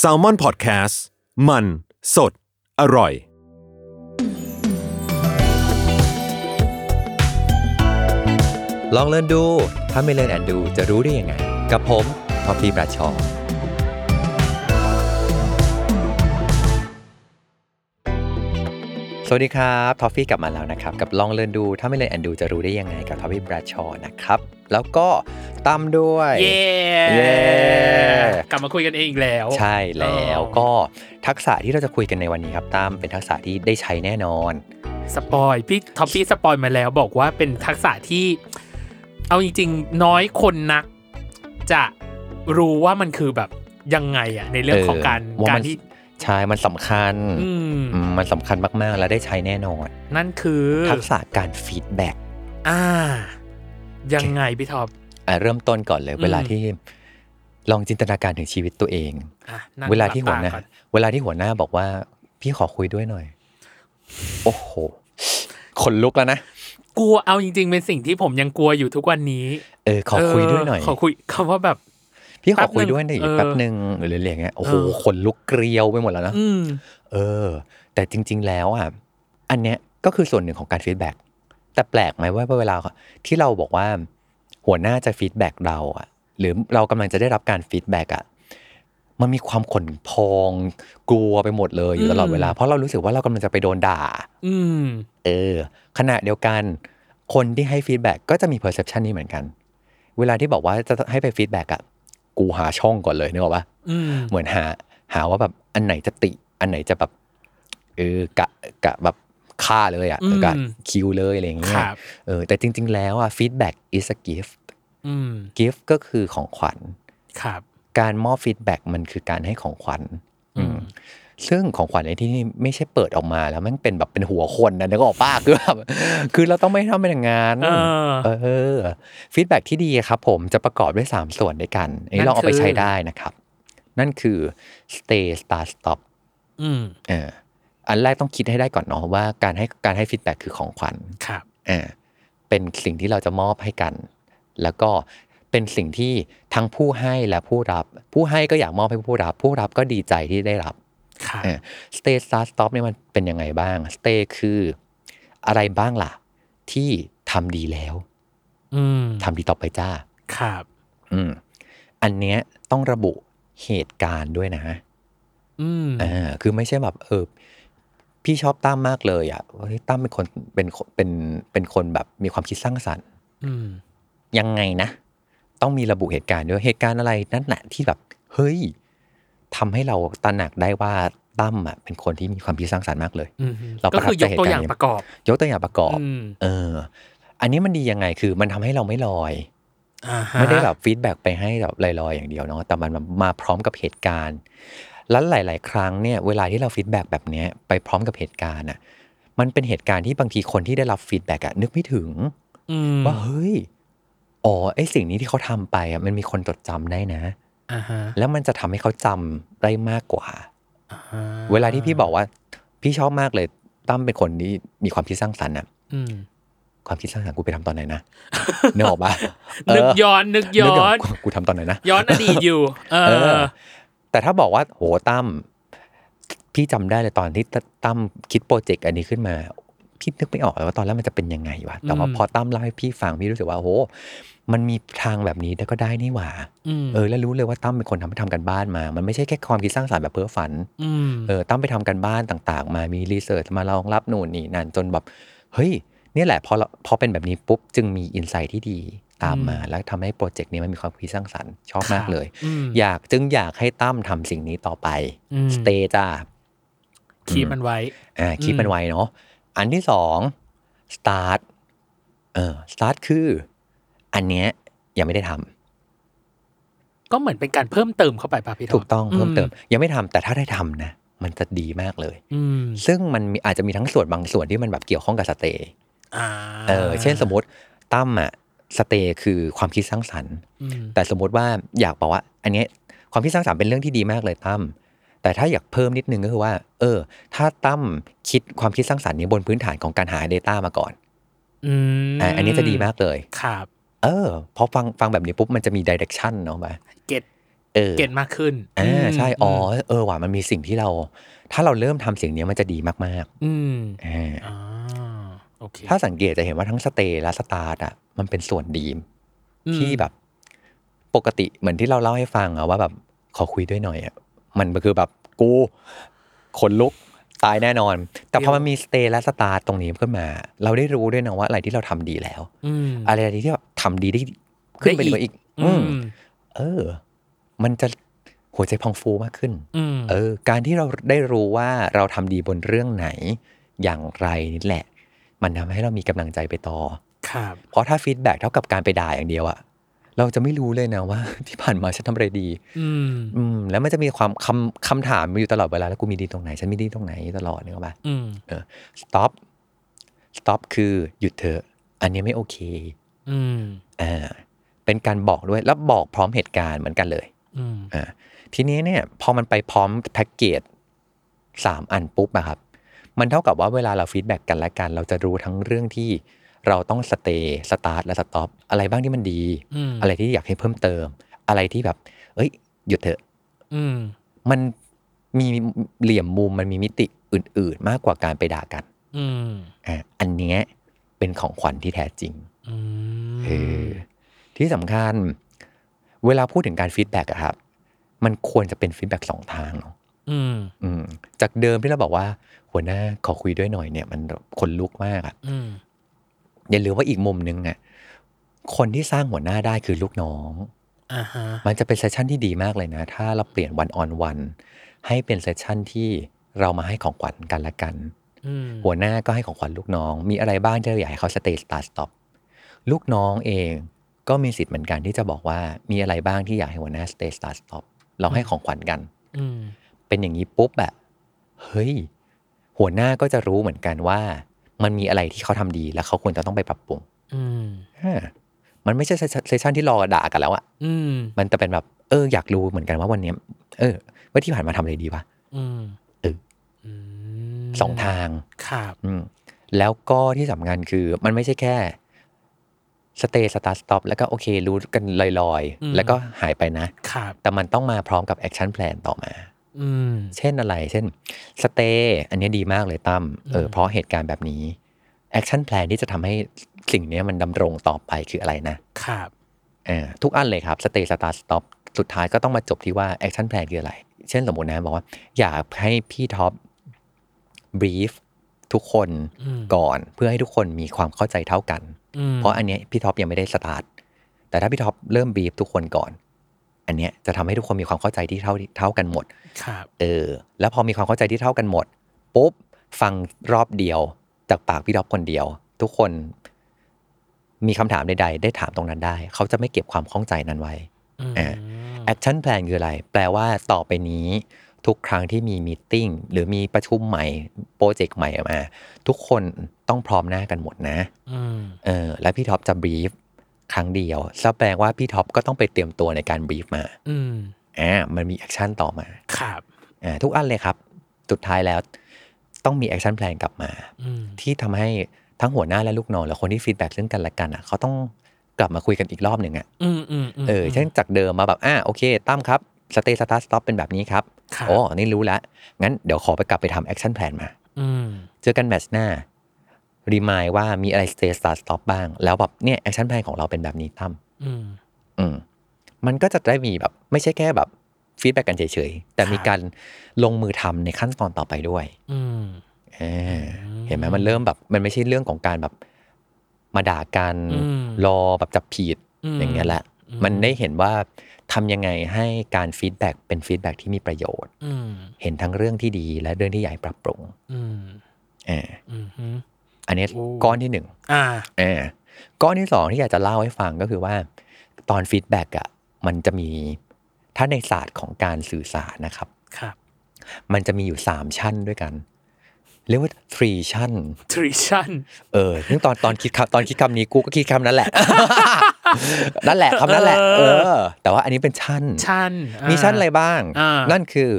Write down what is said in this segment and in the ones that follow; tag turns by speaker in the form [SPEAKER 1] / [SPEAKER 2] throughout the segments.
[SPEAKER 1] s a l ม o n PODCAST มันสดอร่อย
[SPEAKER 2] ลองเล่นดู ถ้าไม่เล่นแอนดูจะรู้ได้ยังไง กับผมพอพีประชอสวัสดีครับทอฟฟี่กลับมาแล้วนะครับ กับลองเล่นดู ถ้าไม่เล่นแอนดูจะรู้ได้ยังไงกับทอฟฟี่ปราชอนะครับ แล้วก็ตามด้วย
[SPEAKER 3] เย้
[SPEAKER 2] เย้
[SPEAKER 3] กลับมาคุยกันเองอีกแล้ว
[SPEAKER 2] ใช่แล้ว
[SPEAKER 3] อ๋อ
[SPEAKER 2] ก็ทักษะที่เราจะคุยกันในวันนี้ครับตามเป็นทักษะที่ได้ใช้แน่นอน
[SPEAKER 3] สปอยพี่ท็อปปี้สปอยมาแล้วบอกว่าเป็นทักษะที่ เอาจริงๆ น้อยคนนัก จะรู้ว่ามันคือแบบยังไงอะในเรื่องของการ
[SPEAKER 2] เออว่า
[SPEAKER 3] การ
[SPEAKER 2] มัน
[SPEAKER 3] ที่
[SPEAKER 2] ใช่มันสำคัญ
[SPEAKER 3] อืม
[SPEAKER 2] อืมมันสำคัญมากๆ และได้ใช้แน่นอน
[SPEAKER 3] นั่นคือ
[SPEAKER 2] ทักษะการฟีดแบ็ก
[SPEAKER 3] อ่า ยังไงพี่ท็อป
[SPEAKER 2] อ่ะเริ่มต้นก่อนเลย
[SPEAKER 3] อืม
[SPEAKER 2] เวลาที่ลองจินตนาการถึงชีวิตตัวเอง
[SPEAKER 3] อ่ะนั่ง
[SPEAKER 2] เวลาที่หัวห
[SPEAKER 3] ห
[SPEAKER 2] น้า
[SPEAKER 3] ลับตก่อ
[SPEAKER 2] เวลาที่หัวหน้าบอกว่า พี่ขอคุยด้วยหน่อย โอ้โหขนลุกแล้วนะ
[SPEAKER 3] กลัวเอาจริง ๆ เป็นสิ่งที่ผมยังกลัวอยู่ทุกวันนี้
[SPEAKER 2] เออขอคุยด้วยหน่อย
[SPEAKER 3] เขอคุยคำว่าแบบ
[SPEAKER 2] พี่ขอคุยด้วยหน่อย
[SPEAKER 3] แป๊
[SPEAKER 2] แป๊
[SPEAKER 3] บนึง
[SPEAKER 2] บหนึ่งหรืออะไรอย่างเงี้ยโอ้โห
[SPEAKER 3] เออ
[SPEAKER 2] ขนลุกเกลียวไปหมดแล้วนะ
[SPEAKER 3] อืม
[SPEAKER 2] เออ แต่จริง ๆ แล้วอ่ะอันเนี้ยก็คือส่วนหนึ่งของการฟีดแบ็กแต่แปลกไหมว่าเวลาที่เราบอกว่า หัวหน้าจะฟีดแบ็กเราอ่ะ หรือเรากำลังจะได้รับการฟีดแบ็กอ่ะ มันมีความขนพอง กลัวไปหมดเลยอยู่ตลอด
[SPEAKER 3] อืม
[SPEAKER 2] เวลา เพราะเรารู้สึกว่าเรากำลังจะไปโดนด่า
[SPEAKER 3] อืม
[SPEAKER 2] เออ ขณะเดียวกัน คนที่ให้ฟีดแบ็กก็จะมีเพอร์เซพชันนี้เหมือนกัน เวลาที่บอกว่าจะให้ไปฟีดแบ็กอ่ะ กูหาช่องก่อนเลยนึกออกปะ
[SPEAKER 3] อืม
[SPEAKER 2] เหมือนหา หาว่าแบบอันไหนจะติ อันไหนจะแบบเออกะกะแบบฆ่าเลยอ่ะ
[SPEAKER 3] อืม
[SPEAKER 2] กะคิวเลยอะไรอย่างเงี้
[SPEAKER 3] ค
[SPEAKER 2] ย
[SPEAKER 3] รับ
[SPEAKER 2] เออแต่จริง ๆ แล้วอ่ะฟีดแบ็ก is a gift
[SPEAKER 3] อืม
[SPEAKER 2] gift ก็คือของขวัญ
[SPEAKER 3] ครับ
[SPEAKER 2] การมอบฟีดแบ็กมันคือการให้ของขวัญ
[SPEAKER 3] อืม
[SPEAKER 2] อืมซึ่งของขวัญในที่นี่ไม่ใช่เปิดออกมาแล้วมันเป็นแบบเป็นหัวคนนะนึ กออกป้าคือแบบคือเราต้องไม่ทำเป็นอย่างงาน
[SPEAKER 3] เออ
[SPEAKER 2] เออฟีดแบ็กที่ดีครับผมจะประกอบด้วย 3 ส่วนด้วยกันอันนี้
[SPEAKER 3] นั่น
[SPEAKER 2] เราเอาไป
[SPEAKER 3] คือ
[SPEAKER 2] ใช้ได้นะครับ นั่นคือ stay start stop
[SPEAKER 3] อืม
[SPEAKER 2] เอออันแรกต้องคิดให้ได้ก่อนเนาะว่าการให้การให้ฟีดแบ็กคือของขวัญ
[SPEAKER 3] ครับ
[SPEAKER 2] อ่าเป็นสิ่งที่เราจะมอบให้กัน แล้วก็เป็นสิ่งที่ทั้งผู้ให้และผู้รับ ผู้ให้ก็อยากมอบให้ผู้รับ ผู้รับก็ดีใจที่ได้รับ
[SPEAKER 3] ครับ
[SPEAKER 2] เออ stay start stop เนี่ยมันเป็นยังไงบ้าง stay คืออะไรบ้างล่ะ ที่ทำดีแล้ว
[SPEAKER 3] อืม
[SPEAKER 2] ทำดีต่อไปจ้า
[SPEAKER 3] ครับ
[SPEAKER 2] อืมอันเนี้ยต้องระบุเหตุการณ์ด้วยนะ
[SPEAKER 3] อืม
[SPEAKER 2] อ่าคือไม่ใช่แบบเออพี่ชอบตั้มมากเลยอ่ะเฮ้ยตั้มเป็นคนเป็นคนเป็นเป็นคนแบบมีความคิดสร้างสรรค์
[SPEAKER 3] อืม
[SPEAKER 2] ยังไงนะ ต้องมีระบุเหตุการณ์ด้วยเหตุการณ์อะไรนั่นแหละที่แบบ เฮ้ยทำให้เราตระหนักได้ว่าตั้มอ่ะเป็นคนที่มีความคิดสร้างสรรค์มากเลย
[SPEAKER 3] อืม
[SPEAKER 2] เราป
[SPEAKER 3] ก็
[SPEAKER 2] ระทั
[SPEAKER 3] คื
[SPEAKER 2] บ
[SPEAKER 3] อ
[SPEAKER 2] ใจ
[SPEAKER 3] ยกตัวอย่าง
[SPEAKER 2] เหตุการณ์นี้
[SPEAKER 3] ประกอบ
[SPEAKER 2] ยกตัวอย่างประกอบ
[SPEAKER 3] อืม
[SPEAKER 2] เออ อันนี้มันดียังไงคือมันทำให้เราไม่ลอย
[SPEAKER 3] อ่าฮะ
[SPEAKER 2] ไม่ได้แบบฟีดแบ็กไปให้แบบลอยๆอย่างเดียวเนาะแต่มันแบบมาพร้อมกับเหตุการณ์ แล้วหลาย ๆ ครั้งเนี่ยเวลาที่เราฟีดแบ็กแบบเนี้ยไปพร้อมกับเหตุการณ์อ่ะมันเป็นเหตุการณ์ที่บางทีคนที่ได้รับฟีดแบ็กอ่ะนึกไม่ถึง
[SPEAKER 3] อืม
[SPEAKER 2] ว่าเฮ้ย อ๋อไอสิ่งนี้ที่เขาทำไปอ่ะมันมีคนจดจำได้นะ
[SPEAKER 3] อ่าฮะ
[SPEAKER 2] แล้วมันจะทำให้เขาจำได้มากกว่า
[SPEAKER 3] อ่ฮะ
[SPEAKER 2] เวลาที่พี่บอกว่า พี่ชอบมากเลยตั้มเป็นคนที่มีความคิดสร้างสรรค์อ่ะ
[SPEAKER 3] อืม
[SPEAKER 2] ความคิดสร้างสรรค์กูไปทำตอนไหนนะ นึกออกปะเ
[SPEAKER 3] นึกย้อนนึกย้
[SPEAKER 2] ก
[SPEAKER 3] อน
[SPEAKER 2] กกูทำตอนไหนนะ
[SPEAKER 3] ย้อนอดีตอยู่ เอ
[SPEAKER 2] เอ
[SPEAKER 3] อ
[SPEAKER 2] อ แต่ถ้าบอกว่าโหตั้มพี่จำได้เลยตอนที่ตตั้มคิดโปรเจกต์อันนี้ขึ้นมา พี่นึกไม่ออกเลยว่าตอนแรกมันจะเป็นยังไงวะแต่ว่า
[SPEAKER 3] อืม
[SPEAKER 2] พอตั้มเล่าให้พี่ฟังพี่รู้สึกว่าโหมันมีทางแบบนี้ได้ก็ได้นี่หว่า
[SPEAKER 3] อืม
[SPEAKER 2] เออแล้วรู้เลยว่าตั้มเป็นคนทำทำกันบ้านมา มันไม่ใช่แค่ความคิดสร้างสรรค์แบบเพ้อฝัน
[SPEAKER 3] อืม
[SPEAKER 2] เออตั้มไปทำกันบ้านต่างๆ มามีรีเสิร์ชมารองรับนู่นนี่นั่นจนแบบเฮ้ยเนี่ยแหละพอเราพอเป็นแบบนี้ปุ๊บจึงมีอินไซต์ที่ดีตามมา แล้วทำให้โปรเจกต์นี้มันมีความคิดสร้างสรรค์ชอบมากเลย
[SPEAKER 3] ม
[SPEAKER 2] อยากจึงอยากให้ตั้มทำสิ่งนี้ต่อไป
[SPEAKER 3] อืม
[SPEAKER 2] สเตย์จ้า
[SPEAKER 3] คีบมันไว้
[SPEAKER 2] อ่าคิดมันไวเนาะอันที่สองสตาร์ทเออสตาร์ทคือ อันเนี้ยยังไม่ได้ทำ
[SPEAKER 3] ก็เหมือนเป็นการเพิ่มเติมเข้าไปป่ะพี่ท็อป
[SPEAKER 2] ถูกต้องเพิ่มเติมยังไม่ทำแต่ถ้าได้ทำนะ มันจะดีมากเลย
[SPEAKER 3] อืม
[SPEAKER 2] ซึ่งมันมีอาจจะมีทั้งส่วนบางส่วนที่มันแบบเกี่ยวข้องกับสเตย์
[SPEAKER 3] อ่า
[SPEAKER 2] เออเช่นสมมติตั้มอะสเตย์คือความคิดสร้างสรรค์
[SPEAKER 3] อืม
[SPEAKER 2] แต่สมมติว่าอยากบอกว่า อันเนี้ยความคิดสร้างสรรค์เป็นเรื่องที่ดีมากเลยตั้มแต่ถ้าอยากเพิ่มนิดนึงก็คือว่า เออ ถ้าตั้มคิดความคิดสร้างสรรค์นี้บนพื้นฐานของการหา Data มาก่อน
[SPEAKER 3] อืม
[SPEAKER 2] อ่ะอันนี้จะดีมากเลย
[SPEAKER 3] ครับ
[SPEAKER 2] เออพอฟังฟังแบบนี้ปุ๊บมันจะมีดิเรกชันเนาะมา
[SPEAKER 3] เก็ต
[SPEAKER 2] เออ
[SPEAKER 3] เก็ตมากขึ้น
[SPEAKER 2] อ่าใช่ อ๋อ
[SPEAKER 3] ม
[SPEAKER 2] เออว่ะมันมีสิ่งที่เรา ถ้าเราเริ่มทำสิ่งเนี้ยมันจะดีมาก
[SPEAKER 3] อืม
[SPEAKER 2] ๆอ่า
[SPEAKER 3] อ่าโอเค
[SPEAKER 2] ถ้าสังเกตจะเห็นว่าทั้งสเตย์และสตาร์ทอ่ะมันเป็นส่วนดีม
[SPEAKER 3] อืม
[SPEAKER 2] ที่แบบ ปกติเหมือนที่เราเล่าให้ฟังอะว่าแบบขอคุยด้วยหน่อยอะมันคือแบบกูขนลุกตายแน่นอน แต่พอมันมีสเตย์และสตาร์ทตรงนี้ขึ้นมา เราได้รู้ด้วยนะว่าอะไรที่เราทำดีแล้ว
[SPEAKER 3] อืม
[SPEAKER 2] อะไรที่แบบทำดีได้ขึ้นไป
[SPEAKER 3] ได้
[SPEAKER 2] ก
[SPEAKER 3] อีก
[SPEAKER 2] ว่าอีก
[SPEAKER 3] อื
[SPEAKER 2] อื
[SPEAKER 3] ม
[SPEAKER 2] ม เออ มันจะหัวใจพองฟูมากขึ้น
[SPEAKER 3] อืม
[SPEAKER 2] เออ การที่เราได้รู้ว่าเราทำดีบนเรื่องไหน อย่างไรนี่แหละ มันทำให้เรามีกำลังใจไปต่อ
[SPEAKER 3] ครับ
[SPEAKER 2] เพราะถ้าฟีดแบ็กเท่ากับการไปด่าอย่างเดียวอะเราจะไม่รู้เลยนะว่า ที่ผ่านมาฉันทำอะไรดี
[SPEAKER 3] อืม
[SPEAKER 2] อืม แล้วมันจะมีความคำคำถามมาอยู่ตลอดเวลาแล้วกูมีดีตรงไหน ฉันมีดีตรงไหนตลอดนึกออกปะ
[SPEAKER 3] อืม
[SPEAKER 2] stop stop คือหยุดเถอะ อันนี้ไม่โอเค
[SPEAKER 3] อืม
[SPEAKER 2] อ่าเป็นการบอกด้วยแล้วบอกพร้อมเหตุการณ์เหมือนกันเลย
[SPEAKER 3] อืม
[SPEAKER 2] อ่าทีนี้เนี่ยพอมันไปพร้อมแพ็กเกจสามอันปุ๊บอะครับ มันเท่ากับว่าเวลาเราฟีดแบ็กกันและกัน เราจะรู้ทั้งเรื่องที่เราต้องสเตย์สตาร์ทและสต็อปอะไรบ้างที่มันดี
[SPEAKER 3] อืม
[SPEAKER 2] อะไรที่อยากให้เพิ่มเติม อะไรที่แบบ เอ้ย หยุดเถอะ
[SPEAKER 3] อืม
[SPEAKER 2] มันมีเหลี่ยมมุมมันมีมิติอื่น ๆ มากกว่าการไปด่ากัน
[SPEAKER 3] อืม
[SPEAKER 2] อ่ะอันเนี้ยเป็นของขวัญที่แท้จริง
[SPEAKER 3] อืม
[SPEAKER 2] เออที่สำคัญ เวลาพูดถึงการฟีดแบ็กอะครับ มันควรจะเป็นฟีดแบ็กสองทางเนาะ
[SPEAKER 3] อืม
[SPEAKER 2] อืม จากเดิมที่เราบอกว่า หัวหน้าขอคุยด้วยหน่อยเนี่ย มันขนลุกมากอะ
[SPEAKER 3] อืม
[SPEAKER 2] อย่าลืมว่าอีกมุมนึงอะคนที่สร้างหัวหน้าได้คือลูกน้อง
[SPEAKER 3] อ่าฮะ
[SPEAKER 2] มันจะเป็นเซสชันที่ดีมากเลยนะ ถ้าเราเปลี่ยนวันออนวันให้เป็นเซสชันที่เรามาให้ของขวัญกันและกัน
[SPEAKER 3] อืม
[SPEAKER 2] หัวหน้าก็ให้ของขวัญลูกน้อง มีอะไรบ้างที่เราอยากให้เขาสเต y สตาร์สต็อปลูกน้องเองก็มีสิทธิ์เหมือนกันที่จะบอกว่ามีอะไรบ้างที่อยากให้หัวหน้าสเต y สตาร์สต็อปเราให้ของขวัญกัน
[SPEAKER 3] อืม
[SPEAKER 2] เป็นอย่างนี้ปุ๊บอะเฮ้ย หัวหน้าก็จะรู้เหมือนกันว่า มันมีอะไรที่เขาทำดีแล้วเขาควรจะต้องไปปรับปรุง
[SPEAKER 3] อืม
[SPEAKER 2] อ่ามันไม่ใช่เซสชันที่รอด่ากันแล้วอะ
[SPEAKER 3] อืม
[SPEAKER 2] มันจะเป็นแบบเอออยากรู้เหมือนกันว่าวันเนี้ยเออ ว่าที่ผ่านมาทำอะไรดีวะ
[SPEAKER 3] อืม
[SPEAKER 2] เออ
[SPEAKER 3] ม
[SPEAKER 2] สองทาง
[SPEAKER 3] ครับ
[SPEAKER 2] อืมแล้วก็ที่สำคัญคือมันไม่ใช่แค่สเตย์สตาร์สต็อปแล้วก็โอเค รู้กันลอย
[SPEAKER 3] อืม
[SPEAKER 2] ๆ แล้วก็หายไปนะ
[SPEAKER 3] ครับ
[SPEAKER 2] แต่มันต้องมาพร้อมกับแอคชั่นแ a ลนต่อมา
[SPEAKER 3] อืม
[SPEAKER 2] เช่นอะไร เช่นสเตย์อันเนี้ยดีมากเลยตั้มเออ
[SPEAKER 3] อืม
[SPEAKER 2] เพราะเหตุการณ์แบบนี้แอคชั่นแ a ลนที่จะทำให้สิ่งเนี้ยมันดำรงต่อไปคืออะไรนะครับ อ่าทุกอันเลยครับสเตย์สตาร์สต็อปสุดท้ายก็ต้องมาจบที่ว่าแอคชั่นแ a ลนคืออะไร เช่นสมมตินะบอกว่า อยากให้พี่ท็อปบรีฟทุกคน
[SPEAKER 3] อืม
[SPEAKER 2] ก่อนเพื่อให้ทุกคนมีความเข้าใจเท่ากัน
[SPEAKER 3] อืม
[SPEAKER 2] เพราะอันเนี้ยพี่ท็อปยังไม่ได้สตาร์ทแต่ถ้าพี่ท็อปเริ่มบีบทุกคนก่อน อันเนี้ยจะทำให้ทุกคนมีความเข้าใจที่เท่าเท่ากันหมด
[SPEAKER 3] ครับ
[SPEAKER 2] เออ แล้วพอมีความเข้าใจที่เท่ากันหมดปุ๊บฟังรอบเดียวจากปากพี่ท็อปคนเดียว ทุกคนมีคำถามใดๆ ได้ถามตรงนั้นได้ เขาจะไม่เก็บความข้องใจนั้นไว้
[SPEAKER 3] อืม
[SPEAKER 2] อ่า แอคชั่นแพลนคืออะไร แปลว่าต่อไปนี้ ทุกครั้งที่มีมีตติ้งหรือมีประชุมใหม่โปรเจกต์ใหม่มา ทุกคนต้องพร้อมหน้ากันหมดนะ
[SPEAKER 3] อืม
[SPEAKER 2] เออ แล้วพี่ท็อปจะบรีฟครั้งเดียวแสดงว่าพี่ท็อปก็ต้องไปเตรียมตัวในการบรีฟมา
[SPEAKER 3] อืม
[SPEAKER 2] อ่ามันมีแอคชั่นต่อมา
[SPEAKER 3] ครับ
[SPEAKER 2] อ่าทุกอันเลยครับ สุดท้ายแล้วต้องมีแอคชั่นแพลนกลับมา
[SPEAKER 3] อืม
[SPEAKER 2] ที่ทำให้ทั้งหัวหน้าและลูกน้องและคนที่ฟีดแบ็กซึ่งกันและกันอ่ะเขาต้องกลับมาคุยกันอีกรอบหนึ่งอ่ะ
[SPEAKER 3] อืมอืมม
[SPEAKER 2] เออเช่นจากเดิมมาแบบ อ่า โอเค ตั้มครับสเตตัสตาร์สต็อปเป็นแบบนี้ครับ
[SPEAKER 3] ครับ
[SPEAKER 2] โอ้ นี่รู้แล้ว งั้นเดี๋ยวขอไปกลับไปทำแอคชั่นแพลนมา
[SPEAKER 3] อืม
[SPEAKER 2] เจอกันแมตช์หน้า รีมายว่ามีอะไรสเตตัสตาร์สต็อปบ้าง แล้วแบบ เนี่ย แอคชั่นแพลนของเราเป็นแบบนี้ตั้ม
[SPEAKER 3] อืม
[SPEAKER 2] อืม มันก็จะได้มีแบบ ไม่ใช่แค่แบบฟีดแบ็กกันเฉยๆ แต่มี
[SPEAKER 3] ครับ
[SPEAKER 2] การลงมือทำในขั้นตอนต่อไปด้วย
[SPEAKER 3] อืม
[SPEAKER 2] เออเห็นไหมมันเริ่มแบบ มันไม่ใช่เรื่องของการแบบมาด่ากัน
[SPEAKER 3] อืม
[SPEAKER 2] รอแบบจับผิด
[SPEAKER 3] ม
[SPEAKER 2] อย่างเงี้ยแหละ
[SPEAKER 3] อืม
[SPEAKER 2] มันได้เห็นว่าทำยังไงให้การฟีดแบ็กเป็นฟีดแบ็กที่มีประโยชน์
[SPEAKER 3] อืม
[SPEAKER 2] เห็นทั้งเรื่องที่ดีและเรื่องที่อยากใหญ่ปรับปรุง
[SPEAKER 3] อืม
[SPEAKER 2] อ่า
[SPEAKER 3] อืมอืม
[SPEAKER 2] อันนี้
[SPEAKER 3] โอ้
[SPEAKER 2] ก้อนที่หนึ่ง
[SPEAKER 3] อ่า
[SPEAKER 2] อ่าก้อนที่สองที่อยากจะเล่าให้ฟังก็คือว่า ตอนฟีดแบ็กอ่ะมันจะมีถ้าในศาสตร์ของการสื่อสารนะครับ
[SPEAKER 3] ครับ
[SPEAKER 2] มันจะมีอยู่สามชั้นด้วยกัน เรียกว่า three ชั้น
[SPEAKER 3] ทริชั่น
[SPEAKER 2] เออซึ่งตอนตอนคิดคำตอนคิดคำนี้กูก็คิดคำนั้นแหละ นั่นแหละคำนั้นแหละ เออ แต่ว่าอันนี้เป็นชั้น
[SPEAKER 3] ชั่นอ่า
[SPEAKER 2] มีชั้นอะไรบ้าง
[SPEAKER 3] อ่านั่
[SPEAKER 2] นั่นคือ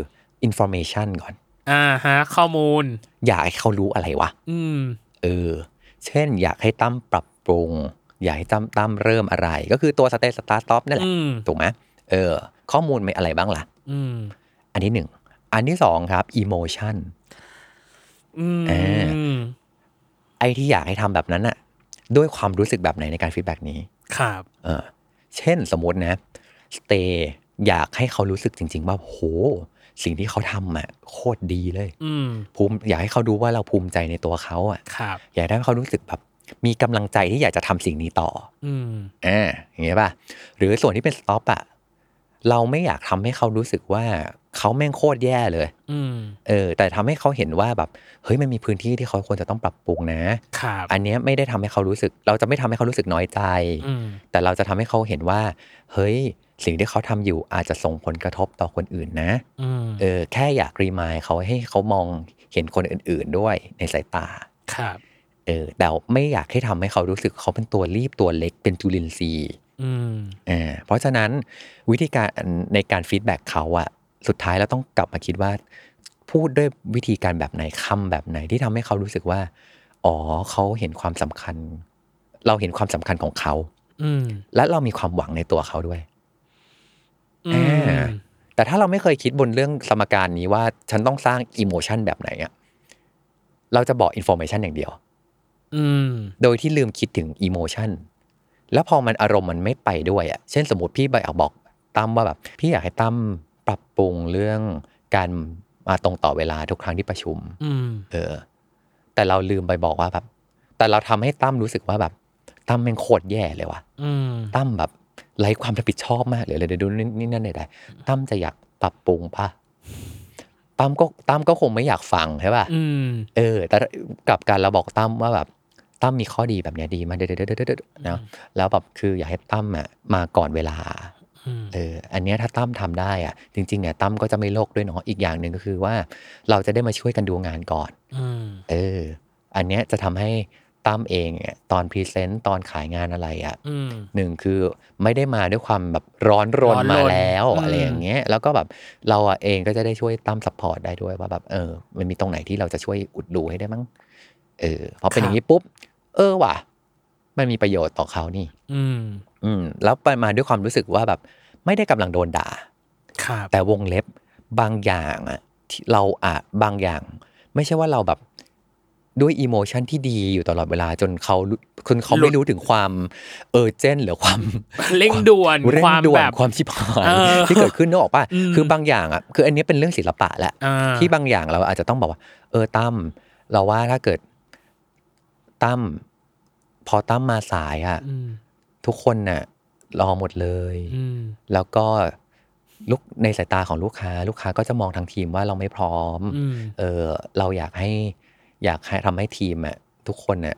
[SPEAKER 2] information ก่อน
[SPEAKER 3] อ่าฮะ ข้อมูล
[SPEAKER 2] อยากให้เขารู้อะไรวะ
[SPEAKER 3] อืม
[SPEAKER 2] เออ เช่น อยากให้ตั้มปรับปรุง อยากให้ตั้มตั้มเริ่มอะไร ก็คือตัว state start stop นั่นแหละ
[SPEAKER 3] อืม
[SPEAKER 2] ถูกไหม เออ ข้อมูลมีอะไรบ้างล่ะ
[SPEAKER 3] อืม
[SPEAKER 2] อันที่หนึ่ง อันที่สองครับ emotion
[SPEAKER 3] อืม
[SPEAKER 2] เอ ไอ้ที่อยากให้ทำแบบนั้นน่ะ ด้วยความรู้สึกแบบไหนในการฟีดแบ็กนี้
[SPEAKER 3] ครับ
[SPEAKER 2] เออเช่นสมมตินะสเตย์อยากให้เขารู้สึกจริง ๆ ว่าโห สิ่งที่เขาทำอ่ะโคตรดีเลย
[SPEAKER 3] อืม
[SPEAKER 2] ภูมิอยากให้เขาดูว่าเราภูมิใจในตัวเขาอ่ะ
[SPEAKER 3] ครับ
[SPEAKER 2] อยากได้ให้เขารู้สึกแบบมีกำลังใจที่อยากจะทำสิ่งนี้ต่อ
[SPEAKER 3] อืม
[SPEAKER 2] อ่าอย่างเงี้ยป่ะ หรือส่วนที่เป็นสต็อปอ่ะเราไม่อยากทำให้เขารู้สึกว่าเขาแม่งโคตรแย่เลย
[SPEAKER 3] อืม
[SPEAKER 2] เออ แต่ทำให้เขาเห็นว่าแบบเฮ้ยมันมีพื้นที่ที่เขาควรจะต้องปรับปรุงนะ
[SPEAKER 3] ครับ
[SPEAKER 2] อันเนี้ยไม่ได้ทำให้เขารู้สึก เราจะไม่ทำให้เขารู้สึกน้อยใจ
[SPEAKER 3] อืม
[SPEAKER 2] แต่เราจะทำให้เขาเห็นว่า เฮ้ย สิ่งที่เขาทำอยู่อาจจะส่งผลกระทบต่อคนอื่นนะ
[SPEAKER 3] อืม
[SPEAKER 2] เออ แค่อยากรีมายเขาให้เขามองเห็นคนอื่น ๆ ด้วยในสายตา
[SPEAKER 3] ครับ
[SPEAKER 2] เออ แต่ไม่อยากให้ทำให้เขารู้สึกเขาเป็นตัวรีบตัวเล็กเป็นจุลินทรีย์
[SPEAKER 3] อืม
[SPEAKER 2] อ่าเพราะฉะนั้นวิธีการในการฟีดแบ็กเขาอะสุดท้ายเราต้องกลับมาคิดว่า พูดด้วยวิธีการแบบไหนคำแบบไหนที่ทำให้เขารู้สึกว่า อ๋อเขาเห็นความสำคัญ เราเห็นความสำคัญของเขา
[SPEAKER 3] อืม
[SPEAKER 2] และเรามีความหวังในตัวเขาด้วย
[SPEAKER 3] อืม
[SPEAKER 2] แต่ถ้าเราไม่เคยคิดบนเรื่องสมการนี้ว่าฉันต้องสร้างอิโมชันแบบไหนอะเราจะบอกอินโฟมชันอย่างเดียว
[SPEAKER 3] อืม
[SPEAKER 2] โดยที่ลืมคิดถึงอิโมชันแล้วพอมันอารมณ์มันไม่ไปด้วยอะเช่นสมมติพี่ไปเอาบอกตั้มว่าแบบ พี่อยากให้ตั้มปรับปรุงเรื่องการมาตรงต่อเวลาทุกครั้งที่ประชุม
[SPEAKER 3] อืม
[SPEAKER 2] เออ แต่เราลืมไปบอกว่าแบบ แต่เราทำให้ตั้มรู้สึกว่าแบบตั้มแม่งโคตรแย่เลยว่ะ
[SPEAKER 3] อืม
[SPEAKER 2] ตั้มแบบไร้ความรับผิดชอบมากเลยเลยเดี๋ยวดูนี่นี่นั่นใดๆตั้มจะอยากปรับปรุงปะตั้มก็ตั้มก็คงไม่อยากฟังใช่ป่ะ
[SPEAKER 3] อืม
[SPEAKER 2] เออ แต่กลับการเราบอกตั้มว่าแบบตั้มมีข้อดีแบบเนี้ยดีมากเด็ดเด็ดเด็ดนะแล้วแบบคืออยากให้ตั้มอ่ะมาก่อนเวลา
[SPEAKER 3] อืม
[SPEAKER 2] เออ อันเนี้ยถ้าตั้มทำได้อ่ะ จริงๆเนี่ยตั้มก็จะไม่โลกด้วยเนาะอีกอย่างหนึ่งก็คือว่า เราจะได้มาช่วยกันดูงานก่อน
[SPEAKER 3] อืม
[SPEAKER 2] เออ อันเนี้ยจะทำให้ตั้มเองอ่ะตอนพรีเซนต์ตอนขายงานอะไรอ่ะ
[SPEAKER 3] อืม
[SPEAKER 2] หนึ่งคือไม่ได้มาด้วยความแบบร้อนรน
[SPEAKER 3] ร้อนรน
[SPEAKER 2] มาแล้ว
[SPEAKER 3] อืม
[SPEAKER 2] อะไรอย่างเงี้ยแล้วก็แบบเราอะเองก็จะได้ช่วยตั้มซัพพอร์ตได้ด้วยว่าแบบเออ มันมีตรงไหนที่เราจะช่วยอุดรูให้ได้มั้งเออพอเป็นอย่างนี้ปุ๊บ เออว่ะ มันมีประโยชน์ต่อเขานี่
[SPEAKER 3] อืม
[SPEAKER 2] อืม แล้วไปมาด้วยความรู้สึกว่าแบบ ไม่ได้กำลังโดนด่า
[SPEAKER 3] ครับ
[SPEAKER 2] แต่วงเล็บบางอย่างอะที่เราอะบางอย่าง ไม่ใช่ว่าเราแบบด้วยอีโมชันที่ดีอยู่ตลอดเวลาจนเขารู้จนเขาไม่รู้ถึงความเออเจนหรือความ
[SPEAKER 3] เร่งด่วน
[SPEAKER 2] เร่ง
[SPEAKER 3] ความ
[SPEAKER 2] ด่ว
[SPEAKER 3] แบ
[SPEAKER 2] น
[SPEAKER 3] บ
[SPEAKER 2] ความชิบหาย
[SPEAKER 3] เออ
[SPEAKER 2] ที่เกิดขึ้นนึกออกป่ะ
[SPEAKER 3] อืม
[SPEAKER 2] คือบางอย่างอ่ะคืออันนี้เป็นเรื่องศิลปะแหละ
[SPEAKER 3] อ่า
[SPEAKER 2] ที่บางอย่างเราอาจจะต้องบอกว่า เออตั้มเราว่าถ้าเกิดตั้มพอตั้มมาสายอ่ะ
[SPEAKER 3] อืม
[SPEAKER 2] ทุกคนน่ะรอหมดเลย
[SPEAKER 3] อืม
[SPEAKER 2] แล้วก็ลูกในสายตาของลูกค้า ลูกค้าก็จะมองทางทีมว่าเราไม่พร้อม
[SPEAKER 3] อืม
[SPEAKER 2] เออเราอยากให้อยากให้ทำให้ทีมอ่ะทุกคนน่ะ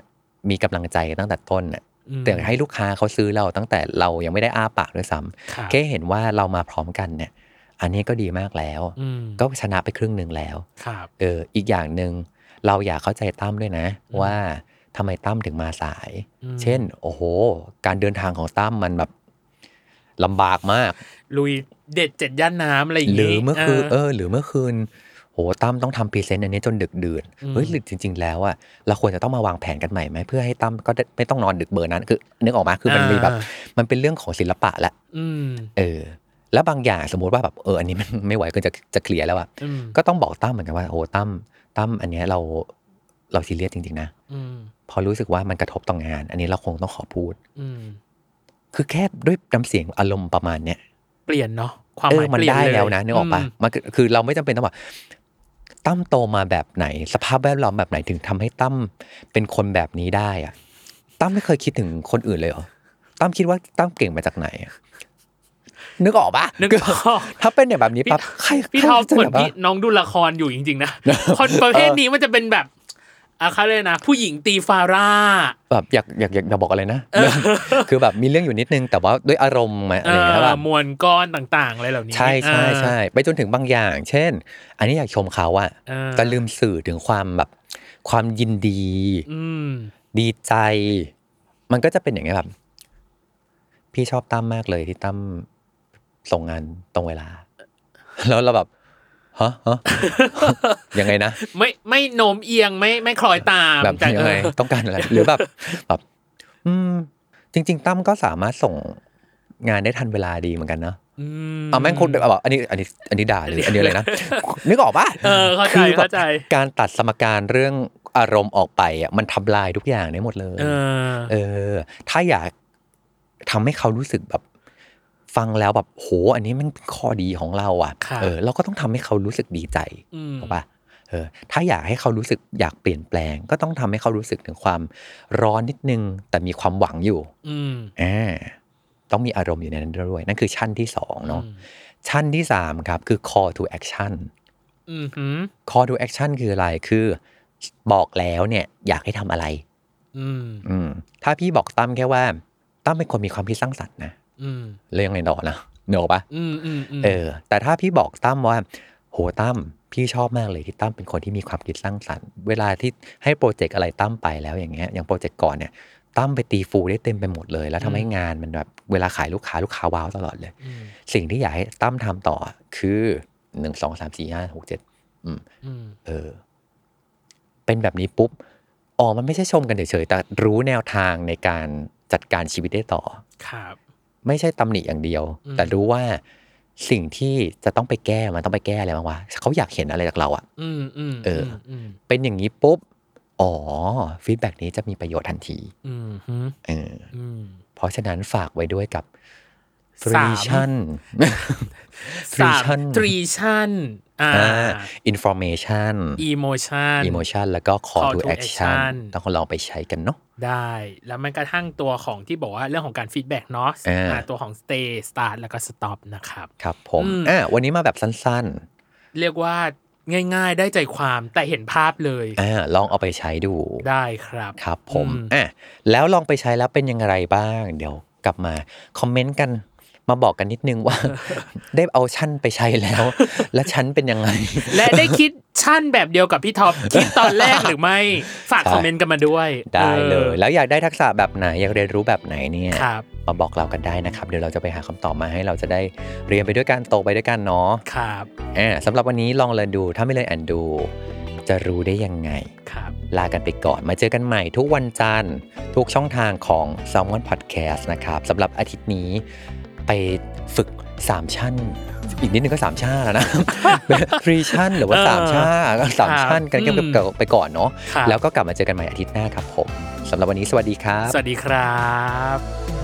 [SPEAKER 2] มีกำลังใจตั้งแต่ต้นน่ะ
[SPEAKER 3] อืม
[SPEAKER 2] แต่ให้ลูกค้าเขาซื้อเราตั้งแต่เรายังไม่ได้อ้าปากด้วยซ้ำ
[SPEAKER 3] ครับ
[SPEAKER 2] แค่เห็นว่าเรามาพร้อมกันเนี่ย อันนี้ก็ดีมากแล้ว
[SPEAKER 3] อืม
[SPEAKER 2] ก็ชนะไปครึ่งหนึ่งแล้ว
[SPEAKER 3] ครับ
[SPEAKER 2] เออ อีกอย่างหนึ่งเราอยากเข้าใจตั้มด้วยนะ
[SPEAKER 3] อืม
[SPEAKER 2] ว่าทำไมตั้มถึงมาสาย
[SPEAKER 3] อืม
[SPEAKER 2] เช่น โอ้โห การเดินทางของตั้มมันแบบลำบากมาก
[SPEAKER 3] ลุยเด็ดเจ็ดย่านน้ำอะไรอย่าง
[SPEAKER 2] หรือเมื่อคืน
[SPEAKER 3] เอ
[SPEAKER 2] เอ
[SPEAKER 3] อ
[SPEAKER 2] อ หรือเมื่อคืนโหตั้มต้องทำพรีเซนต์อันนี้จนดึกดื่น
[SPEAKER 3] อืม
[SPEAKER 2] เฮ้ยหรือจริง ๆ แล้วอะเราควรจะต้องมาวางแผนกันใหม่ไหมเพื่อให้ตั้มก็ได้ไม่ต้องนอนดึกเบอร์นั้นคือนึกออกมาคือมันมีแบบ
[SPEAKER 3] อ่า
[SPEAKER 2] มันเป็นเรื่องของศิลปะละ
[SPEAKER 3] อืม
[SPEAKER 2] เออแล้วบางอย่างสมมติว่าแบบเอออันนี้มัน ไม่ไหวก็จะจะเคลียร์แล้วอะ
[SPEAKER 3] อืม
[SPEAKER 2] ก็ต้องบอกตั้มเหมือนกันว่าโอ้ตั้มตั้มอันเนี้ยเราเราซีเรียสจริง ๆ นะ
[SPEAKER 3] อืม
[SPEAKER 2] พอรู้สึกว่ามันกระทบต่องาน อันนี้เราคงต้องขอพูด
[SPEAKER 3] อืม
[SPEAKER 2] คือแค่ด้วยน้ำเสียงอารมณ์ประมาณเนี้ย
[SPEAKER 3] เปลี่ยนเนาะความ
[SPEAKER 2] เอ
[SPEAKER 3] หมา
[SPEAKER 2] อย มัน
[SPEAKER 3] เปลี่ยน
[SPEAKER 2] ได้
[SPEAKER 3] เลย
[SPEAKER 2] แล้วนะนึกออกปะมันคือคือเราไม่จำเป็นต้องแบบตั้มโตมาแบบไหน สภาพแวดล้อมแบบไหนถึงทำให้ตั้มเป็นคนแบบนี้ได้อะตั้มไม่เคยคิดถึงคนอื่นเลยเหรอตั้มคิดว่าตั้มเก่งมาจากไหนอะนึกออกปะ
[SPEAKER 3] นึกอ อก
[SPEAKER 2] ถ้าเป็นอย่างแบบนี้ปั๊บใคร
[SPEAKER 3] พี่
[SPEAKER 2] ใคร
[SPEAKER 3] ทอม
[SPEAKER 2] จะ
[SPEAKER 3] เหมือน
[SPEAKER 2] แบบ
[SPEAKER 3] พี่
[SPEAKER 2] ว่า
[SPEAKER 3] น้องดูละครอยู่จริง ๆ นะ คนประเภทนี้มันจะเป็นแบบอะเขาเลยกนะ ผู้หญิงตีฟาร่า
[SPEAKER 2] แบบอยากอยากอยากอยากบอกอะไรนะเรื่อง คือแบบมีเรื่องอยู่นิดนึงแต่ว่าด้วยอารมณ์มาอะ
[SPEAKER 3] เอ
[SPEAKER 2] ไรอย่างเงี้ย
[SPEAKER 3] อ
[SPEAKER 2] แบบ
[SPEAKER 3] มวลก้อนต่าง ๆ อะไรเหล่านี้
[SPEAKER 2] ใช่ใช่
[SPEAKER 3] เออ
[SPEAKER 2] ใช่ไปจนถึงบางอย่าง เช่น อันนี้อยากชมเขาอะ
[SPEAKER 3] เออ
[SPEAKER 2] แต่ลืมสื่อถึงความแบบ ความยินดี
[SPEAKER 3] อืม
[SPEAKER 2] ดีใจ มันก็จะเป็นอย่างเงี้ยแบบ พี่ชอบตั้มมากเลยที่ตั้มส่งงานตรงเวลา แล้วเราแบบฮะฮะ ยังไงนะ
[SPEAKER 3] ไม่ไม่โน้มเอียงไม่ไม่คล้อยตาม
[SPEAKER 2] แบบ
[SPEAKER 3] แต่
[SPEAKER 2] ยังไง
[SPEAKER 3] เออ
[SPEAKER 2] ต้องการอะไร หรือแบบแบบอืมจริง ๆ ตั้มก็สามารถส่งงานได้ทันเวลาดีเหมือนกันเนาะ
[SPEAKER 3] อืม
[SPEAKER 2] เอาแม่งคนแบบอันนี้อันนี้อันนี้ด่าห รืออันนี้อะไรนะ นึกออกปะ
[SPEAKER 3] เออเข้าใจ
[SPEAKER 2] คือแบบ
[SPEAKER 3] เข้าใจ
[SPEAKER 2] การตัดสมการเรื่องอารมณ์ออกไปอ่ะมันทำลายทุกอย่างได้หมดเลย
[SPEAKER 3] เออ
[SPEAKER 2] เออ ถ้าอยากทำให้เขารู้สึกแบบ ฟังแล้วแบบโห อันนี้มันเป็นข้อดีของเราอ่ะ
[SPEAKER 3] ค่ะ
[SPEAKER 2] เออเราก็ต้องทำให้เขารู้สึกดีใจ
[SPEAKER 3] ม
[SPEAKER 2] ถูกปะเออ ถ้าอยากให้เขารู้สึกอยากเปลี่ยนแปลง ก็ต้องทำให้เขารู้สึกถึงความร้อนนิดนึง แต่มีความหวังอยู่
[SPEAKER 3] อืม
[SPEAKER 2] อ่าต้องมีอารมณ์อยู่ในนั้นด้วยนั่นคือชั้นที่สองเนาะ
[SPEAKER 3] อืม
[SPEAKER 2] ชั้นที่ 3 ครับ คือ call to action
[SPEAKER 3] อืมหืม
[SPEAKER 2] call to action คืออะไรคือบอกแล้วเนี่ยอยากให้ทำอะไร
[SPEAKER 3] อืม
[SPEAKER 2] อืมถ้าพี่บอกตั้มแค่ว่าตั้มเป็นคนมีความคิดสร้างสรรค์นะ
[SPEAKER 3] อืม
[SPEAKER 2] เรื่องในดอนะเนกออกปะ
[SPEAKER 3] อืมอืมอืม
[SPEAKER 2] เออ แต่ถ้าพี่บอกตั้มว่า โหตั้มพี่ชอบมากเลยที่ตั้มเป็นคนที่มีความคิดสร้างสรรค์ เวลาที่ให้โปรเจกต์อะไรตั้มไปแล้วอย่างเงี้ยอย่างโปรเจกต์ก่อนเนี่ยตั้มไปตีฟูได้เต็มไปหมดเลย แล้วทำให้งานมันแบบเวลาขายลูกค้าลูกค้าว้าวตลอดเลย
[SPEAKER 3] ม
[SPEAKER 2] สิ่งที่อยากให้ตั้มทำต่อคือหนึ่งสองสามสี่ห้าหกเจ็ดอืม
[SPEAKER 3] อืม
[SPEAKER 2] เออ เป็นแบบนี้ปุ๊บอ๋อมันไม่ใช่ชมกันเฉยๆแต่รู้แนวทางในการจัดการชีวิตได้ต่อ
[SPEAKER 3] ครับ
[SPEAKER 2] ไม่ใช่ตำหนิอย่างเดียว
[SPEAKER 3] อืม
[SPEAKER 2] แต่รู้ว่าสิ่งที่จะต้องไปแก้มันต้องไปแก้อะไรบ้างวะเขาอยากเห็นอะไรจากเราอะ
[SPEAKER 3] อืมอืม
[SPEAKER 2] เออ
[SPEAKER 3] ม
[SPEAKER 2] เป็นอย่างนี้ปุ๊บอ๋อฟีดแบ็นี้จะมีประโยชน์ทันที
[SPEAKER 3] อืมหืม
[SPEAKER 2] เออ
[SPEAKER 3] อืม
[SPEAKER 2] เพราะฉะนั้นฝากไว้ด้วยกับท
[SPEAKER 3] สา
[SPEAKER 2] รี
[SPEAKER 3] ม
[SPEAKER 2] ชั่น
[SPEAKER 3] สาม
[SPEAKER 2] Treason
[SPEAKER 3] ตรีชั่นอ่า
[SPEAKER 2] อินฟอร์เมชัน
[SPEAKER 3] อีโมชั่น
[SPEAKER 2] อีโมชันแล้วก็ call
[SPEAKER 3] Call
[SPEAKER 2] to
[SPEAKER 3] to
[SPEAKER 2] action
[SPEAKER 3] action
[SPEAKER 2] ต้องลองไปใช้กันเนาะ
[SPEAKER 3] ได้แล้วมันกระทั่งตัวของที่บอกว่าเรื่องของการฟีดแบ็กเนาะ
[SPEAKER 2] อ่า
[SPEAKER 3] อ่าตัวของ stay start แล้วก็ stop นะครับ
[SPEAKER 2] ครับผม
[SPEAKER 3] อืม
[SPEAKER 2] อ่ะวันนี้มาแบบสั้น
[SPEAKER 3] เรียกว่าง่าย ๆ ได้ใจความแต่เห็นภาพเลย
[SPEAKER 2] ๆอ่ะลองเอาไปใช้ดู
[SPEAKER 3] ได้ครับ
[SPEAKER 2] ครับผม
[SPEAKER 3] อืม
[SPEAKER 2] อ่ะแล้วลองไปใช้แล้วเป็นอยังไงบ้าง เดี๋ยวกลับมาคอมเมนต์กันมาบอกกันนิดนึง ว่า ได้เอาชั้นไปใช้แล้ว และชั้นเป็นยังไง
[SPEAKER 3] และได้คิดชั่นแบบเดียวกับพี่ท็อป คิดตอนแรกหรือไม่ ฝาก
[SPEAKER 2] ใช่
[SPEAKER 3] คอมเมนต์กันมาด้วย
[SPEAKER 2] ได้เลย
[SPEAKER 3] ออ
[SPEAKER 2] แล้วอยากได้ทักษะแบบไหน อยากเรียนรู้แบบไหนเนี่ย
[SPEAKER 3] ครับ
[SPEAKER 2] มาบอกเรากันได้นะครับ เดี๋ยวเราจะไปหาคำตอบมาให้เราจะได้เรียนไปด้วยกันโตไปด้วยกันเนาะ
[SPEAKER 3] ครับ
[SPEAKER 2] อ่าสำหรับวันนี้ลองเรียนดูถ้าไม่เลยนอ่านดู จะรู้ได้ยังไง
[SPEAKER 3] ครับ
[SPEAKER 2] ลากันไปก่อน มาเจอกันใหม่ทุกวันจันทร์ ทุกช่องทางของ s ซ l m o n Podcast นะครับสำหรับอาทิตย์นี้ไปฝึก 3 ชั้น อีกนิดนึงก็ 3 ชาแล้วนะ ทรีชั้นหรือว่า
[SPEAKER 3] เออ
[SPEAKER 2] 3 ชาสามชั้นกัน
[SPEAKER 3] อืม
[SPEAKER 2] เก็ไปก่อนเนาะ
[SPEAKER 3] ครับ
[SPEAKER 2] แล้วก็กลับมาเจอกันใหม่อาทิตย์หน้าครับผมสำหรับวันนี้สวัสดีครับ
[SPEAKER 3] สวัสดีครับ